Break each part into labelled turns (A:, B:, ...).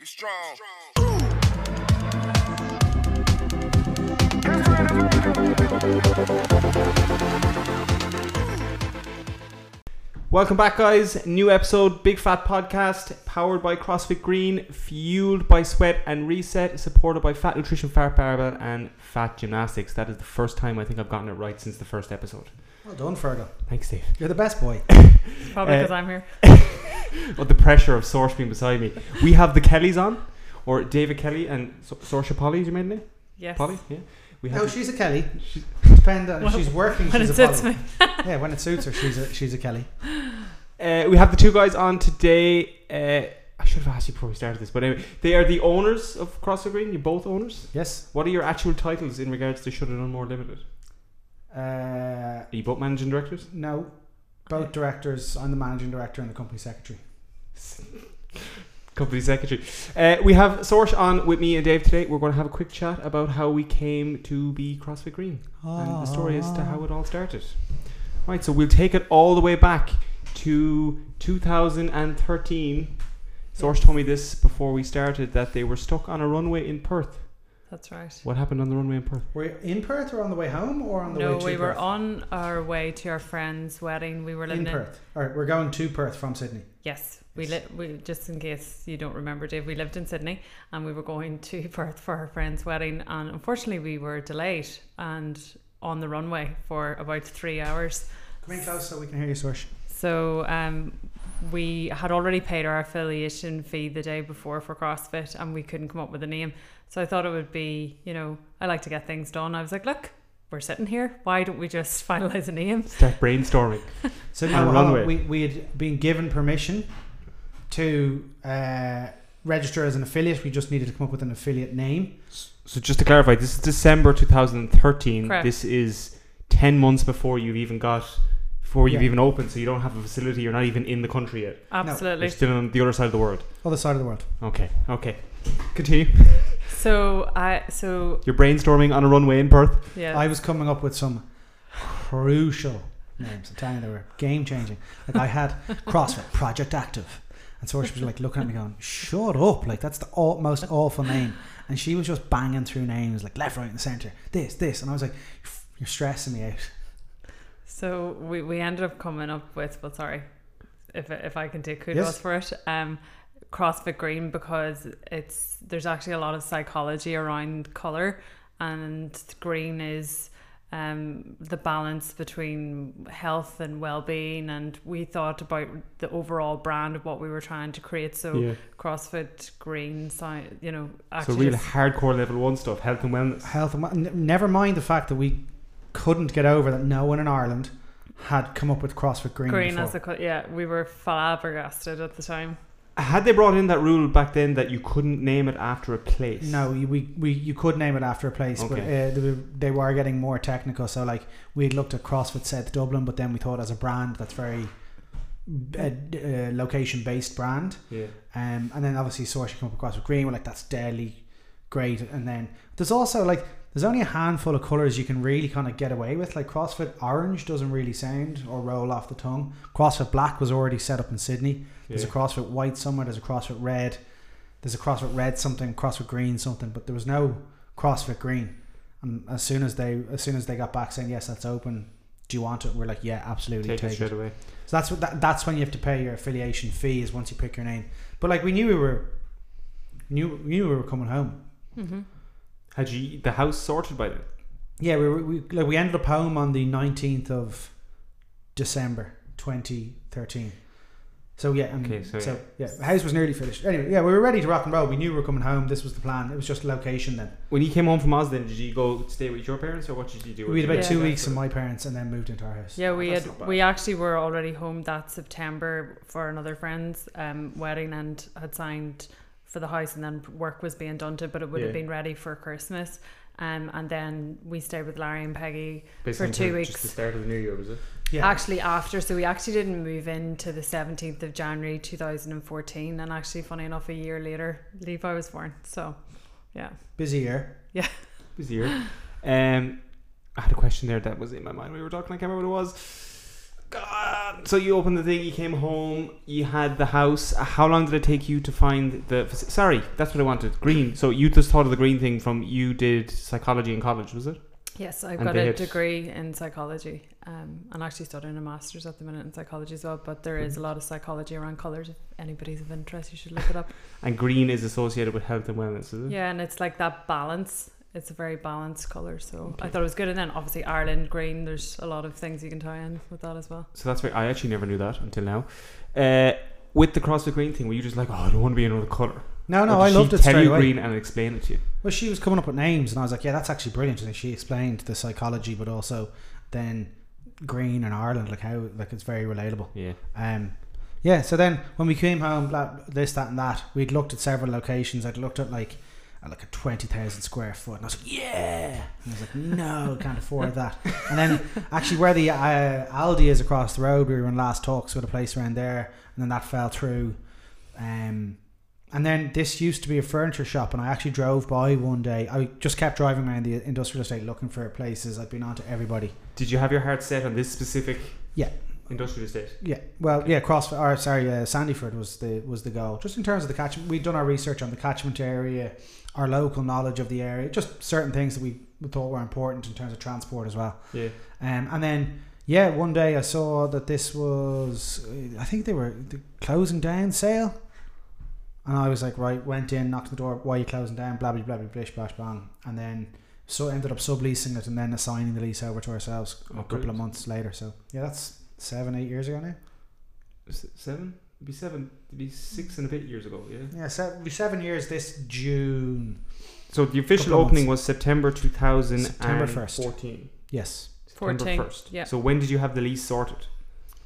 A: it strong.
B: Welcome back, guys. New episode, Big Fat Podcast, powered by CrossFit Green, fueled by Sweat and Reset, supported by Fat Nutrition, Fat Barbell, and Fat Gymnastics. That is the first time I think I've gotten it right since the first episode.
C: Well done, Fergal.
B: Thanks, Dave.
C: You're the best boy.
D: Probably
C: Eh,
B: Uh,
D: because I'm here.
B: But Oh, the pressure of Sorsh being beside me. We have the Kellys on, or David Kelly and Sor- Sorsha Polly, is your maiden name?
D: Yes.
B: Polly? Yeah. We have
C: No,
B: the-
C: she's a Kelly. Depend on if
D: Well,
C: she's working.
D: When
C: she's
D: it
C: a
D: suits
C: Polly.
D: me.
C: Yeah, when it suits her, she's a she's a Kelly.
B: Uh, we have the two guys on today. Uh, I should have asked you before we started this, but anyway, they are the owners of CrossFit Green. You're both owners.
C: Yes.
B: What are your actual titles in regards to Shut It On More Limited?
C: Uh,
B: Are you both managing directors?
C: no, both directors. I'm the managing director and the company secretary.
B: Company secretary. Uh, we have Sorsh on with me and Dave today. We're going to have a quick chat about how we came to be CrossFit Green and the story
D: Ah.
B: as to
C: Ah.
B: how it all started. Right, so we'll take it all the way back to 2013. Sorsh told me this before we started that they were stuck on a runway in Perth.
D: That's right.
B: What happened on the runway in Perth?
C: Were you in Perth or on the way home or on the
D: No,
C: way to
D: we were
C: Perth?
D: on our way to our friend's wedding. We were
C: in
D: living in,
C: Perth. All right, we're going to Perth from Sydney.
D: yes, we
C: Yes.
D: lived. we just in case you don't remember, Dave. We lived in Sydney, and we were going to Perth for our friend's wedding, and unfortunately, we were delayed and on the runway for about three hours.
C: Come in close so we can hear you, Swish.
D: So um, we had already paid our affiliation fee the day before for CrossFit, and we couldn't come up with a name. So I thought it would be, you know, I like to get things done. I was like, look, we're sitting here. Why don't we just finalize a name?
B: Start brainstorming.
C: So
B: On
C: now
B: runway.
C: we, we had been given permission to uh, register as an affiliate. We just needed to come up with an affiliate name.
B: So just to clarify, this is December 2013.
D: Correct.
B: This is 10 months before you've even got before you've
C: Yeah.
B: even opened, so you don't have a facility, you're not even in the country yet.
D: Absolutely.
B: You're still on the other side of the world.
C: Other side of the world.
B: Okay. Okay. Continue.
D: So I so
B: You're brainstorming on a runway in Perth.
D: yeah.
C: I was coming up with some crucial names. I'm telling you, they were game changing. Like I had CrossFit Project Active, and so she was like looking at me going, "Shut up!" Like that's the aw- most awful name. And she was just banging through names like left, right, and centre. This, this, and I was like, "You're stressing me out."
D: so we, we ended up coming up with well sorry if if I can take kudos
C: Yes.
D: for it. Um CrossFit Green because it's there's actually a lot of psychology around colour and green is um, the balance between health and well-being and we thought about the overall brand of what we were trying to create so
B: Yeah.
D: CrossFit Green so, you know
B: So
D: actually
B: real
D: just-
B: hardcore level 1 stuff, health and wellness.
C: Health and wel- n- never mind the fact that we couldn't get over that no one in Ireland had come up with CrossFit Green.
D: green
C: before.
D: as a co- yeah we were flabbergasted at the time
B: Had they brought in that rule back then that you couldn't name it after a place?
C: No, you- we, we you could name it after a place, but
B: Okay.
C: uh, they, were, they were getting more technical. So like we had looked at CrossFit South Dublin, but then we thought as a brand that's very uh, d- uh, location based brand,
B: Yeah.
C: um, and then obviously Source you come up with CrossFit Green. We're like that's deadly great, and then there's also like there's only a handful of colors you can really kind of get away with. Like CrossFit Orange doesn't really sound or roll off the tongue. CrossFit Black was already set up in Sydney. There's
B: Yeah.
C: a CrossFit White somewhere. There's a CrossFit Red. There's a CrossFit Red something. CrossFit Green something. But there was no CrossFit Green. And as soon as they as soon as they got back saying yes, that's open. Do you want it? We're like, yeah, absolutely.
B: Take it straight away.
C: So that's what that, that's when you have to pay your affiliation fee is once you pick your name. But like we knew we were knew knew we were coming home.
B: Had you the house sorted by then?
C: Yeah, we were, we like we ended up home on the nineteenth of December, twenty thirteen. So yeah, um,
B: Okay, so
C: so, yeah. the house was nearly finished. Anyway, yeah, we were ready to rock and roll. We knew we were coming home. This was the plan. It was just location then.
B: When you came home from Oz, then did you go stay with your parents, or what did you do?
C: We had about
D: Yeah.
C: two weeks in my parents, and then moved into our house.
D: Yeah, we
B: that's
D: had
B: not bad.
D: we actually were already home that September for another friend's um, wedding and had signed for the house, and then work was being done to, it, but it would
B: Yeah.
D: have been ready for Christmas. Um, and then we stayed with Larry and Peggy
B: Based
D: for
B: on
D: two
B: the-
D: weeks.
B: Just the start of the new year, was it?
C: Yeah,
D: Actually, after, so we actually didn't move in to the 17th of January 2014. And actually, funny enough, a year later, Levi was born. So, yeah.
C: busy year.
B: It was the year. Um, I had a question there that was in my mind. We were talking. I can't remember what it was. God, uh, so you opened the thing, you came home, you had the house. How long did it take you to find the? Sorry, that's what I wanted. Green. So you just thought of the green thing from you did psychology in college, was it?
D: Yes, I've
B: And
D: got
B: they
D: a
B: had-
D: degree in psychology. Um, I'm actually studying a master's at the minute in psychology as well, but there is a lot of psychology around colours. If anybody's of interest, you should look it up.
B: And green is associated with health and wellness, is it?
D: Yeah, and it's like that balance. It's a very balanced colour, so I
B: Okay.
D: thought it was good. And then obviously Ireland green. There's a lot of things you can tie in with that as well.
B: So that's why I actually never knew that until now. Uh, with the CrossFit Green thing, were you just like, oh, I don't want to be another colour?
C: No,
B: Or
C: no,
B: Oh, did
C: I
B: she
C: loved it
B: Tell
C: straight
B: you
C: away.
B: green and explain it to you.
C: Well, she was coming up with names, and I was like, "Yeah, that's actually brilliant." And she explained the psychology, but also then green and Ireland, like how like it's very relatable.
B: Yeah.
C: Um, yeah. So then when we came home, blah, this, that, and that, we'd looked at several locations. I'd looked at like at like a twenty thousand square foot, and I was like, "Yeah," and I was like, "No, can't afford that." And then actually, where the uh, Aldi is across the road, we were in last talks with a place around there, and then that fell through. Um, and then this used to be a furniture shop, and I actually drove by one day. I just kept driving around the industrial estate looking for places. I'd been on to everybody.
B: Did you have your heart set on this specific?
C: Yeah.
B: Industrial estate.
C: Yeah, well, yeah, CrossFit. Or sorry, uh, Sandyford was the was the goal. Just in terms of the catchment, we'd done our research on the catchment area, our local knowledge of the area, just certain things that we thought were important in terms of transport as well.
B: Yeah.
C: Um, and then yeah, one day I saw that this was, I think they were the closing down sale, and I was like, right, went in, knocked on the door, why are you closing down? Blah blah blah blah blish blash bang, and then so ended up subleasing it and then assigning the lease over to ourselves
B: Oh,
C: a couple of
B: brilliant.
C: months later. So yeah, that's seven eight years ago now.
B: S- seven? It'd be seven. It'd be six and a bit years ago. Yeah.
C: Yeah, se- it'll be seven years this June.
B: So the official
C: Couple of
B: opening was September 2014.
C: September 1st. Yes.
B: September
D: 14,
B: 1st.
D: yeah.
B: So when did you have the lease sorted?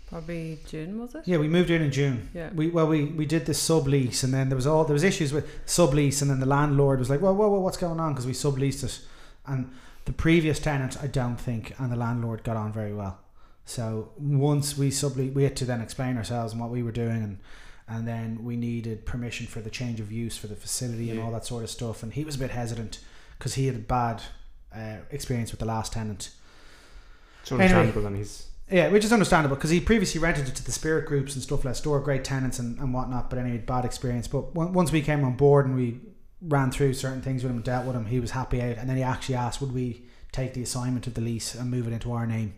D: Probably June was it?
C: Yeah, we moved in in June.
D: Yeah.
C: We well we, we did the sublease and then there was all there was issues with sublease and then the landlord was like, "Whoa, whoa, whoa, what's going on?" because we subleased it. And the previous tenant, I don't think, and the landlord got on very well. So once we sublease, we had to then explain ourselves and what we were doing and and then we needed permission for the change of use for the facility and
B: Yeah.
C: all that sort of stuff and he was a bit hesitant because he had a bad uh, experience with the last tenant.
B: It's understandable and he's
C: Yeah, which is understandable because he previously rented it to the spirit groups and stuff like store great tenants and, and whatnot, but anyway, bad experience. But on- once we came on board and we ran through certain things with him, dealt with him, he was happy out. And then he actually asked, would we take the assignment of the lease and move it into our name?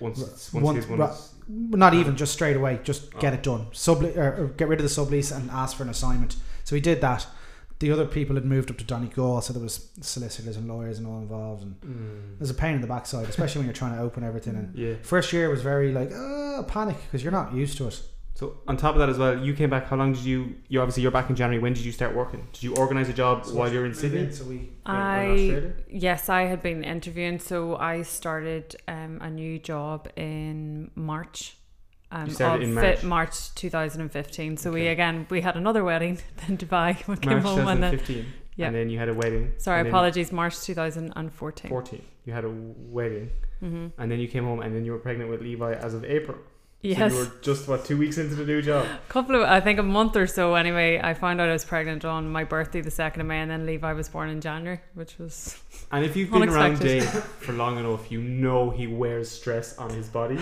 B: once
C: Ru-
B: it's, once,
C: once-
B: his one
C: ru-
B: is-
C: Not even just straight away, just get
B: Oh.
C: it done. Sub or, or get rid of the sublease and ask for an assignment. So he did that. The other people had moved up to Donegal, so there was solicitors and lawyers and all involved, and
B: Mm.
C: it was a pain in the backside, especially when you're trying to open everything and
B: Yeah.
C: First year was very like uh, panic because you're not used to it.
B: So on top of that as well, you came back. How long did you? You obviously you're back in January. When did you start working? Did you organize a job while you're in Sydney?
C: so we
B: Yeah, in
D: I
B: Australia?
D: yes, I had been interviewing, so I started um, a new job in March. Um,
B: You started
D: of
B: in
D: fi-
B: March.
D: 2015. So we
B: Okay.
D: again we had another wedding, then Dubai. We
B: March
D: came home and then
B: 2015.
D: yeah.
B: And then you had a wedding.
D: sorry,
B: and then
D: apologies. March 2014.
B: 14. You had a wedding,
D: Mm-hmm.
B: and then you came home, and then you were pregnant with Levi as of April.
D: Yes,
B: So you were just what two weeks into the new job.
D: couple of I think a month or so anyway. I found out I was pregnant on my birthday, the second of May, and then Levi was born in January, which was
B: And if you've been around
D: Unexpected.
B: Dave for long enough, you know he wears stress on his body.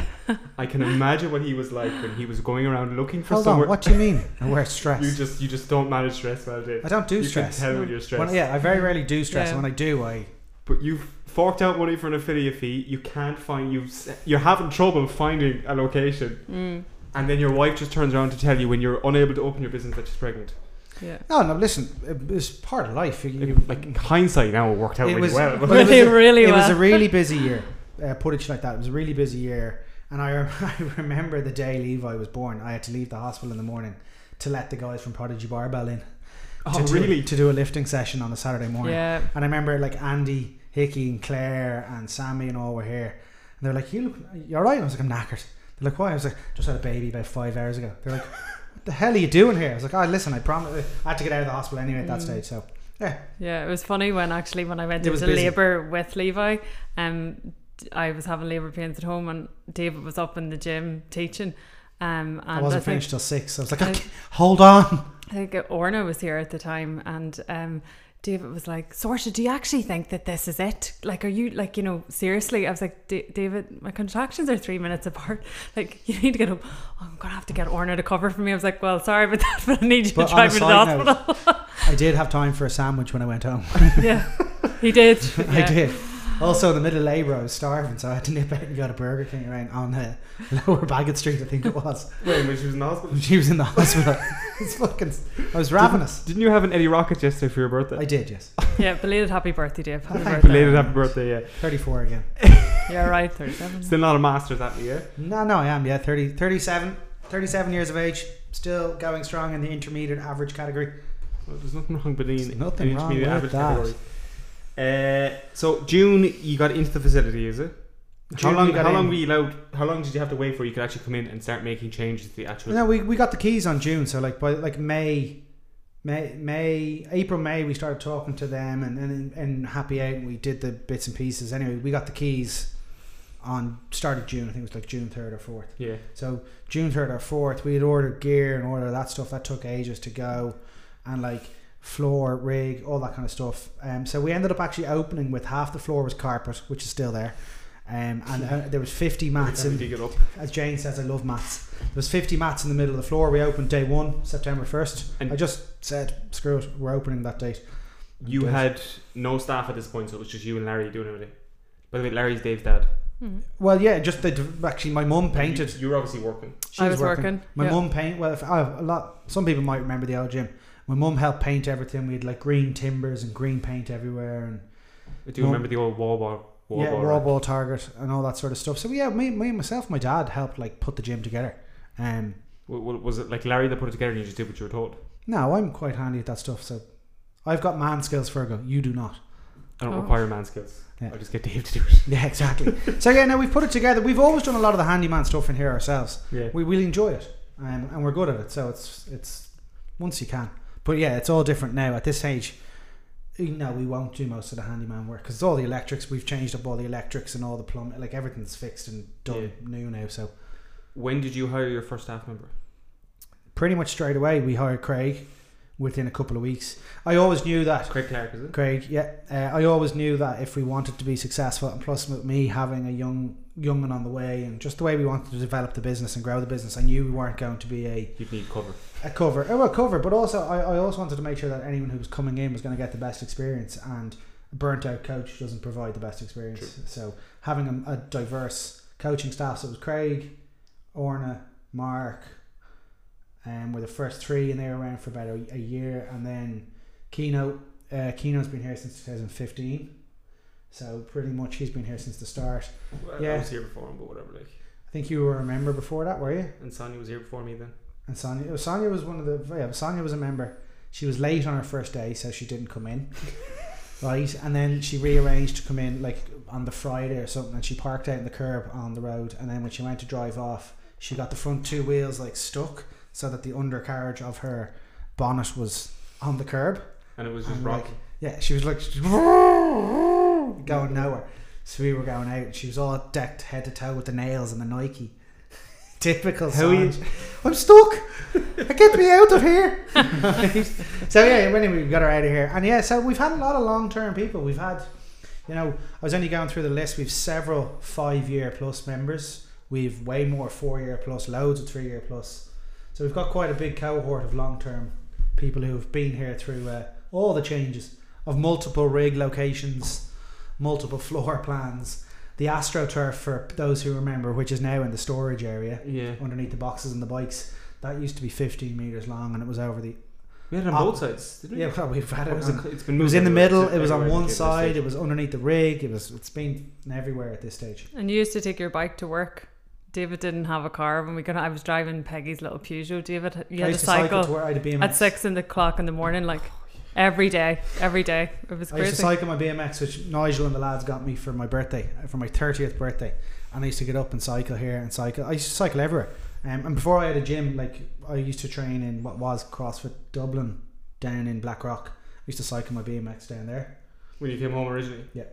B: I can imagine what he was like when he was going around looking for
C: hold on.
B: somewhere.
C: What do you mean? I wear
B: You
C: stress.
B: just you just don't manage stress well, Dave.
C: I don't do
B: you
C: stress.
B: Can tell
D: Hmm.
B: when you're stressed.
C: When- yeah, I very rarely do stress.
D: Yeah.
C: When I do, I
B: But you've forked out money for an affiliate fee. You can't find you. You're having trouble finding a location,
D: mm,
B: and then your wife just turns around to tell you when you're unable to open your business that she's pregnant.
D: yeah.
C: no oh, no. Listen, it- it's part of life. You, you,
B: Like in hindsight, now it worked out
C: It
B: really
C: was-
B: well.
C: But
B: But
C: it was
D: really,
C: a-
D: really
C: it
D: well.
C: was a really busy year. Uh, put it like that. It was a really busy year, and I, rem- I remember the day Levi was born. I had to leave the hospital in the morning to let the guys from Prodigy Barbell in.
B: oh,
C: to do-
B: really?
C: to do a lifting session on a Saturday morning.
D: yeah.
C: And I remember like Andy, Hickey, and Claire, and Sammy, and all were here. And they're like, "You look, you're right." I was like, "I'm knackered." They're like, "Why?" I was like, "Just had a baby about five hours ago." They're like, "What the hell are you doing here?" I was like, "Oh, listen, I promise, I had to get out of the hospital anyway at that
D: Mm.
C: stage." So
D: Yeah, it was funny when actually when I went
C: It was
D: into
C: busy.
D: labour with Levi, um, d- I was having labour pains at home and David was up in the gym teaching, um, and
C: I wasn't
D: think,
C: finished till six. I was like,
D: I-
C: "Okay, "Hold on."
D: I think Orna was here at the time, and um, David was like, Sorsha, do you actually think that this is it? Like, are you like, you know, seriously? I was like, "Da- David, my contractions are three minutes apart. Like, you need to get up. "Oh, I'm gonna have to get Orna to cover for me. I was like, well, sorry about that, but I need you
C: But
D: to
C: on a
D: drive me to the
C: side note-
D: hospital.
C: I did have time for a sandwich when I went home.
D: yeah, he did.
C: I
D: Yeah.
C: did. Also, in the middle of labour, I was starving, so I had to nip out and go to Burger King around on uh, Lower Bagot Street, I think it was.
B: Wait, when she was in hospital.
C: She was in the hospital. it's fucking. I was ravenous.
B: Didn't you have an Eddie Rocket yesterday for your birthday?
C: I did, yes.
D: Yeah, belated happy birthday, Dave. Happy
C: Thank
D: birthday.
B: Belated happy birthday, yeah.
C: 34 again.
D: You're right, 37.
B: Still not a master's at me, yeah?
C: No, no, I am. Yeah, 30, 37, 37 years of age, still going strong in the intermediate average category.
B: Well, there's nothing wrong with
C: There's
B: being
C: nothing
B: an
C: wrong
B: intermediate
C: with
B: average
C: that.
B: category. Uh, so June, you got into the facility, is it?
C: June
B: how long?
C: we got
B: How long
C: in.
B: were you allowed? How long did you have to wait for you could actually come in and start making changes to the actual?
C: No, we, we got the keys on June, so like by like May, May, May, April, May, we started talking to them, and and and happy out, and we did the bits and pieces. Anyway, we got the keys on start of June. I think it was like June third or fourth.
B: Yeah.
C: So June third or fourth, we had ordered gear and order that stuff that took ages to go, and like floor rig, all that kind of stuff. Um, so we ended up actually opening with half the floor was carpet, which is still there. Um, and uh, there was 50 mats
B: Let me
C: in,
B: dig it up.
C: as Jane says, I love maths. There was 50 mats in the middle of the floor. We opened day one, September 1st.
B: And-
C: I just said, screw it, we're opening that date. And
B: You
C: Dave-
B: had no staff at this point, so it was just you and Larry doing everything. By the way, Larry's Dave's dad.
D: Mm.
C: Well, yeah, just the, actually, my mum painted.
B: You, you were obviously working.
C: She
D: I was working.
C: My
D: yeah.
C: mum paint. Well, if, I have a lot. Some people might remember the old gym. My mum helped paint everything. We had like green timbers and green paint everywhere, and
B: I do
C: No.
B: remember the old wall bar. Wall
C: yeah,
B: bar,
C: raw
B: right?
C: ball target and all that sort of stuff. So yeah, me, me, myself, my dad helped like put the gym together. Um,
B: W- w- Was it like Larry that put it together and you just did what you were told?
C: no, I'm quite handy at that stuff. So I've got man skills, Virgo. You do not.
B: I don't
D: Oh.
B: require man skills.
C: Yeah.
B: I just get Dave to do it.
C: Yeah, exactly. so yeah, now we've put it together. We've always done a lot of the handyman stuff in here ourselves.
B: Yeah.
C: We will enjoy it, um, and we're good at it. So it's it's once you can. But yeah, it's all different now at this age. you know, we won't do most of the handyman work because all the electrics. We've changed up all the electrics and all the plumb. Like everything's fixed and done new now. So
B: When did you hire your first staff member?
C: pretty much straight away, we hired Craig within a couple of weeks. I always knew that
B: Craig Clark, is it?
C: Craig, yeah, uh, I always knew that if we wanted to be successful, and plus with me having a young young one on the way, and just the way we wanted to develop the business and grow the business, I knew we weren't going to be a,
B: You'd need cover.
C: a cover, oh, a cover, but also I, I also wanted to make sure that anyone who was coming in was going to get the best experience, and a burnt out coach doesn't provide the best experience.
B: True.
C: So having a, a diverse coaching staff, so it was Craig, Orna, Mark, um, were the first three, and they were around for about a, a year, and then Keynote. Uh, Keynote's been here since 2015, so pretty much he's been here since the start.
B: Well, I
C: Yeah.
B: was here before him, but whatever. Like,
C: I think you were a member before that, were you?
B: and Sonia was here before me then.
C: And Sonia, oh, Sonia was one of the. Yeah, Sonia was a member. She was late on her first day, so she didn't come in. right, and then she rearranged to come in like on the Friday or something, and she parked out in the curb on the road. And then when she went to drive off, she got the front two wheels like stuck, so that the undercarriage of her bonnet was on the curb.
B: And it was just
C: And,
B: rock.
C: like, yeah, she was like going nowhere. So we were going out, and she was all decked head to toe with the nails and the Nike. Typical.
B: How are you-
C: Sanj. I'm stuck. Get me out of here. so yeah, anyway, we got her out of here, and yeah, so we've had a lot of long-term people. We've had, you know, I was only going through the list. We've several five-year plus members. We've way more four-year plus, loads of three-year plus. So we've got quite a big cohort of long-term people who have been here through uh, all the changes of multiple rig locations, multiple floor plans, the AstroTurf for those who remember, which is now in the storage area
B: yeah.
C: underneath the boxes and the bikes. That used to be 15 meters long, and it was over the
B: We had it on both sides, didn't we?
C: uh, yeah. Well, we've had
B: Or
C: it.
B: was
C: on-
B: it, it's been
C: it was
B: moved
C: in the
B: everywhere.
C: middle.
B: It's
C: It was on
B: everywhere
C: one
B: at this
C: side.
B: stage.
C: It was underneath the rig. It was. It's been everywhere at this stage.
D: And you used to take your bike to work. David didn't have a car when we got. I was driving Peggy's little Peugeot. David, you
C: I
D: had a
C: used to cycle
D: cycle,
C: to where I had a BMX.
D: at six in the clock in the morning, like
C: Oh,
D: every day, every day. It was
C: I used to
D: crazy.
C: cycle my BMX, which Nigel and the lads got me for my birthday, uh, for my 30th birthday. And I used to get up and cycle here and cycle. I used to cycle everywhere. Um, and before I had a gym, like I used to train in what was CrossFit Dublin down in Blackrock. I used to cycle my BMX down there.
B: When you came home originally?
C: Yeah.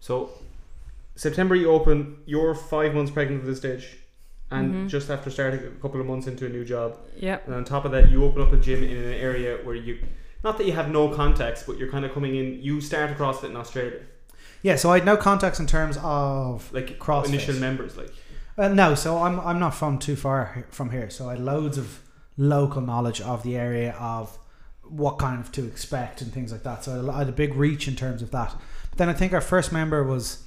B: So, September you open, you're five months pregnant at this stage, and
C: Mm-hmm.
D: Mhm.
B: just after starting a couple of months into a new job.
D: Yep.
B: And on top of that, you open up a gym in an area where you not that you have no context, but you're kind of coming in. You started CrossFit in Australia,
C: Yeah, so I had no contacts in terms of
B: like
C: CrossFit.
B: initial members, like
C: Uh, no, so I'm I'm not from too far he- from here, so I had loads of local knowledge of the area of what kind of to expect and things like that. So I had a- I had a big reach in terms of that. But then I think our first member was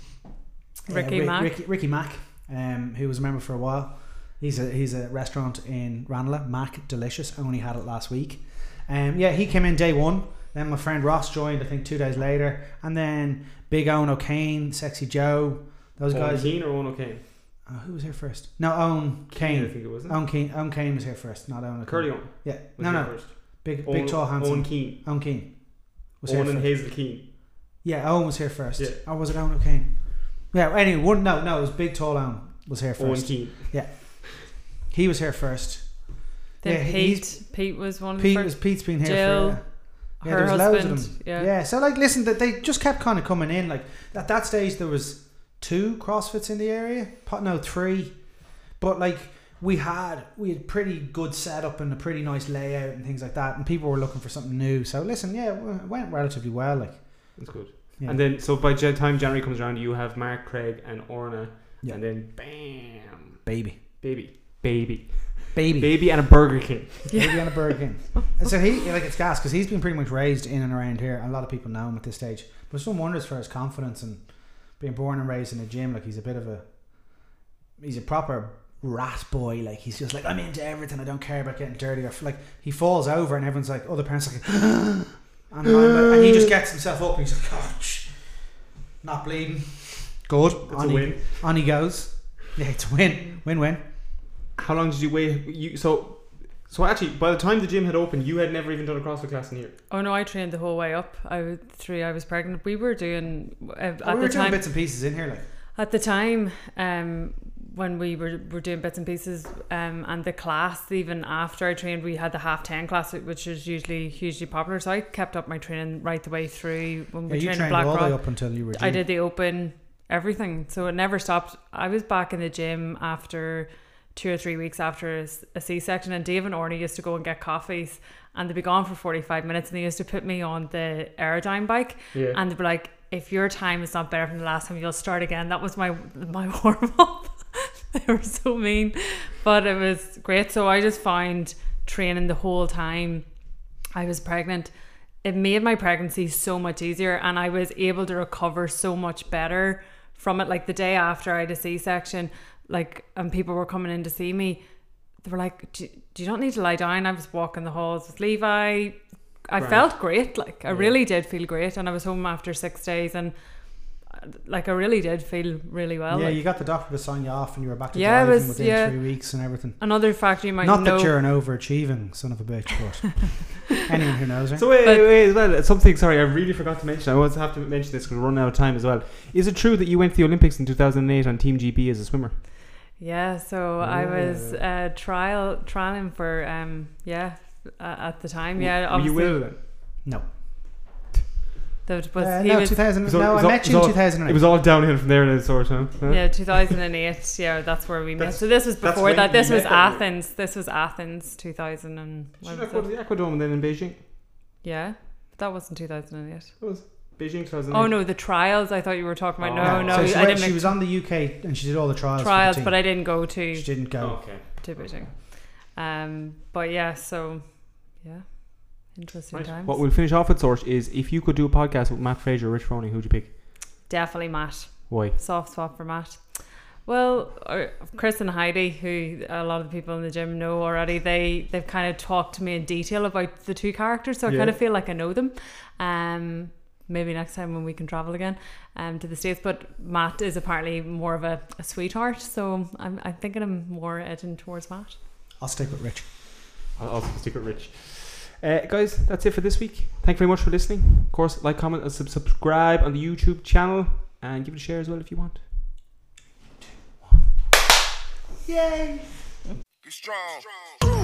C: uh,
D: Ricky
C: Ri-
D: Mack.
C: Ricky, Ricky Mack, um, who was a member for a while. He's a he's a restaurant in Ranelagh, Mac Delicious. I only had it last week. Um, yeah, he came in day one. Then my friend Ross joined, I think, two days later, and then Big Owen O'Kane, Sexy Joe, those
B: Owen
C: guys.
B: Keane or Owen O'Kane.
C: Uh, who was here first? No, Owen
B: I
C: Kane.
B: think it was.
C: Owen Kane. Owen Kane was here first, not Owen. O'Kane.
B: Curly Owen.
C: Yeah.
B: was
C: No,
B: here
C: no.
B: First.
C: Big,
B: Owen,
C: big, tall, handsome.
B: Owen
C: Owen,
B: Keane.
C: Kane. Was
B: Owen
C: here
B: and
C: first.
B: Hazel Keane.
C: Yeah, Owen was here first.
B: Yeah.
C: Or was it Owen O'Kane? Yeah. Anyway, one. No, no. It was big, tall Owen was here
B: Owen
C: first.
B: Keane.
C: He was here first.
D: Then
C: Yeah, he's-
D: Pete. Pete was one of the
C: Pete
D: first.
C: was Pete's been here
D: Jill,
C: for. Yeah,
D: her
C: there was
D: husband.
C: loads of them.
D: Yeah.
C: So like, listen, that they just kept kind of coming in. Like at that stage, there was two CrossFits in the area. po- No, three. But like we had, we had pretty good setup and a pretty nice layout and things like that. And people were looking for something new. So listen, yeah, it w- it went relatively well. Like
B: That's good.
C: Yeah.
B: And then, so by the time January comes around, you have Mark, Craig, and Orna,
C: Yeah.
B: and then bam,
C: baby,
B: baby, baby,
C: baby, baby,
B: baby, and a Burger King.
C: on a Burger King. And so he like it's gas because he's been pretty much raised in and around here. and A lot of people know him at this stage. But some wonders for his confidence and being born and raised in a gym. Like he's a bit of a he's a proper rat boy. Like he's just like I'm into everything. I don't care about getting dirty. Or like he falls over and everyone's like, other parents are like, and, I'm like- and he just gets himself up and he's like, oh, shh. not bleeding. Good.
B: It's
C: On
B: a
C: he,
B: win.
C: On he goes. Yeah, it's a win. Win win.
B: How long did you wait? You so, so actually, by the time the gym had opened, you had never even done a CrossFit class in a year.
D: Oh no, I trained the whole way up. I was three. I was pregnant. We were doing uh, at
C: Oh, we
D: the
C: were doing
D: time.
C: bits and pieces in here, like
D: At the time, um, when we were, were doing bits and pieces, um, and the class, even after I trained, we had the half 10 class, which is usually hugely popular. So I kept up my training right the way through when
C: yeah,
D: we
C: you
D: trained
C: trained
D: at Black
C: all the way
D: Rock.
C: up until you were. Due.
D: I did the open, everything. So it never stopped. I was back in the gym after two or three weeks after a s- a C section, and Dave and Orny used to go and get coffees, and they'd be gone for 45 minutes, and they used to put me on the aerodyne bike
B: Yeah.
D: and they'd be like, if your time is not better from the last time, you'll start again. That was my my warm up. they were so mean, but it was great. So I just found training the whole time I was pregnant. It made my pregnancy so much easier, and I was able to recover so much better from it. Like the day after I had a C section, like and people were coming in to see me. They were like, do, "Do you not need to lie down?" I was walking the halls with Levi. I
B: Right.
D: felt great. Like I
B: Yeah.
D: really did feel great, and I was home after six days, and uh, like I really did feel really well.
C: yeah,
D: Like,
C: you got the doctor to sign you off, and you were back to
D: Yeah, it
C: driving
D: was-
C: within
D: yeah.
C: three weeks and everything.
D: Another factor you might
C: Not
D: know.
C: that you're an overachieving son of a bitch, but anyone who knows, right?
B: So wait,
D: But-
B: wait, as well, something. Sorry, I really forgot to mention. I always have to mention this because we're running out of time as well. Is it true that you went to the Olympics in 2008 on Team GB as a swimmer?
D: Yeah, so I was uh, trial trialing for um yeah uh, at the time yeah
B: Were you
D: obviously
B: will.
C: no,
D: that was
C: Uh,
D: he
C: no,
D: was
C: 2000.
B: So-
C: no, I
B: so-
C: met you in
B: so
C: 2008.
B: It was all downhill from there, then, sort of. Huh?
D: yeah 2008 yeah that's where we met
B: That's-
D: so this was
B: that's
D: before
B: when
D: that
B: you
D: this was
B: met that year.
D: Athens this was Athens 2000 and when
B: Should I
D: was
B: go to
D: it?
B: the Aquadome then in Beijing?
D: yeah that wasn't 2008
B: Beijing 2008.
D: oh no the trials I thought you were talking about
B: Oh.
D: no no,
C: so she,
D: I
C: went-
D: didn't
C: she
D: make
C: was on the UK and she did all the trials.
D: trials
C: for the team.
D: but I Oh. didn't go to
C: she didn't go.
B: okay.
D: to Beijing um but yeah so yeah interesting
B: Right.
D: times
B: What we'll finish off with, Source, is if you could do a podcast with Matt Fraser or Rich Froning, who'd you pick?
D: definitely Matt
B: Why?
D: soft spot for Matt? Well, uh, Chris and Heidi, who a lot of the people in the gym know already, they they've kind of talked to me in detail about the two characters, so I
B: Yeah.
D: kind of feel like I know them. Um, maybe next time when we can travel again, um, to the states. But Matt is apparently more of a, a sweetheart, so I'm I'm thinking I'm more edging towards Matt.
C: I'll stick with Rich.
B: I'll, I'll stick with Rich. Uh, guys, that's it for this week. Thank you very much for listening. Of course, like, comment, and sub- subscribe on the YouTube channel, and give it a share as well if you want.
C: Yay!
A: Be strong.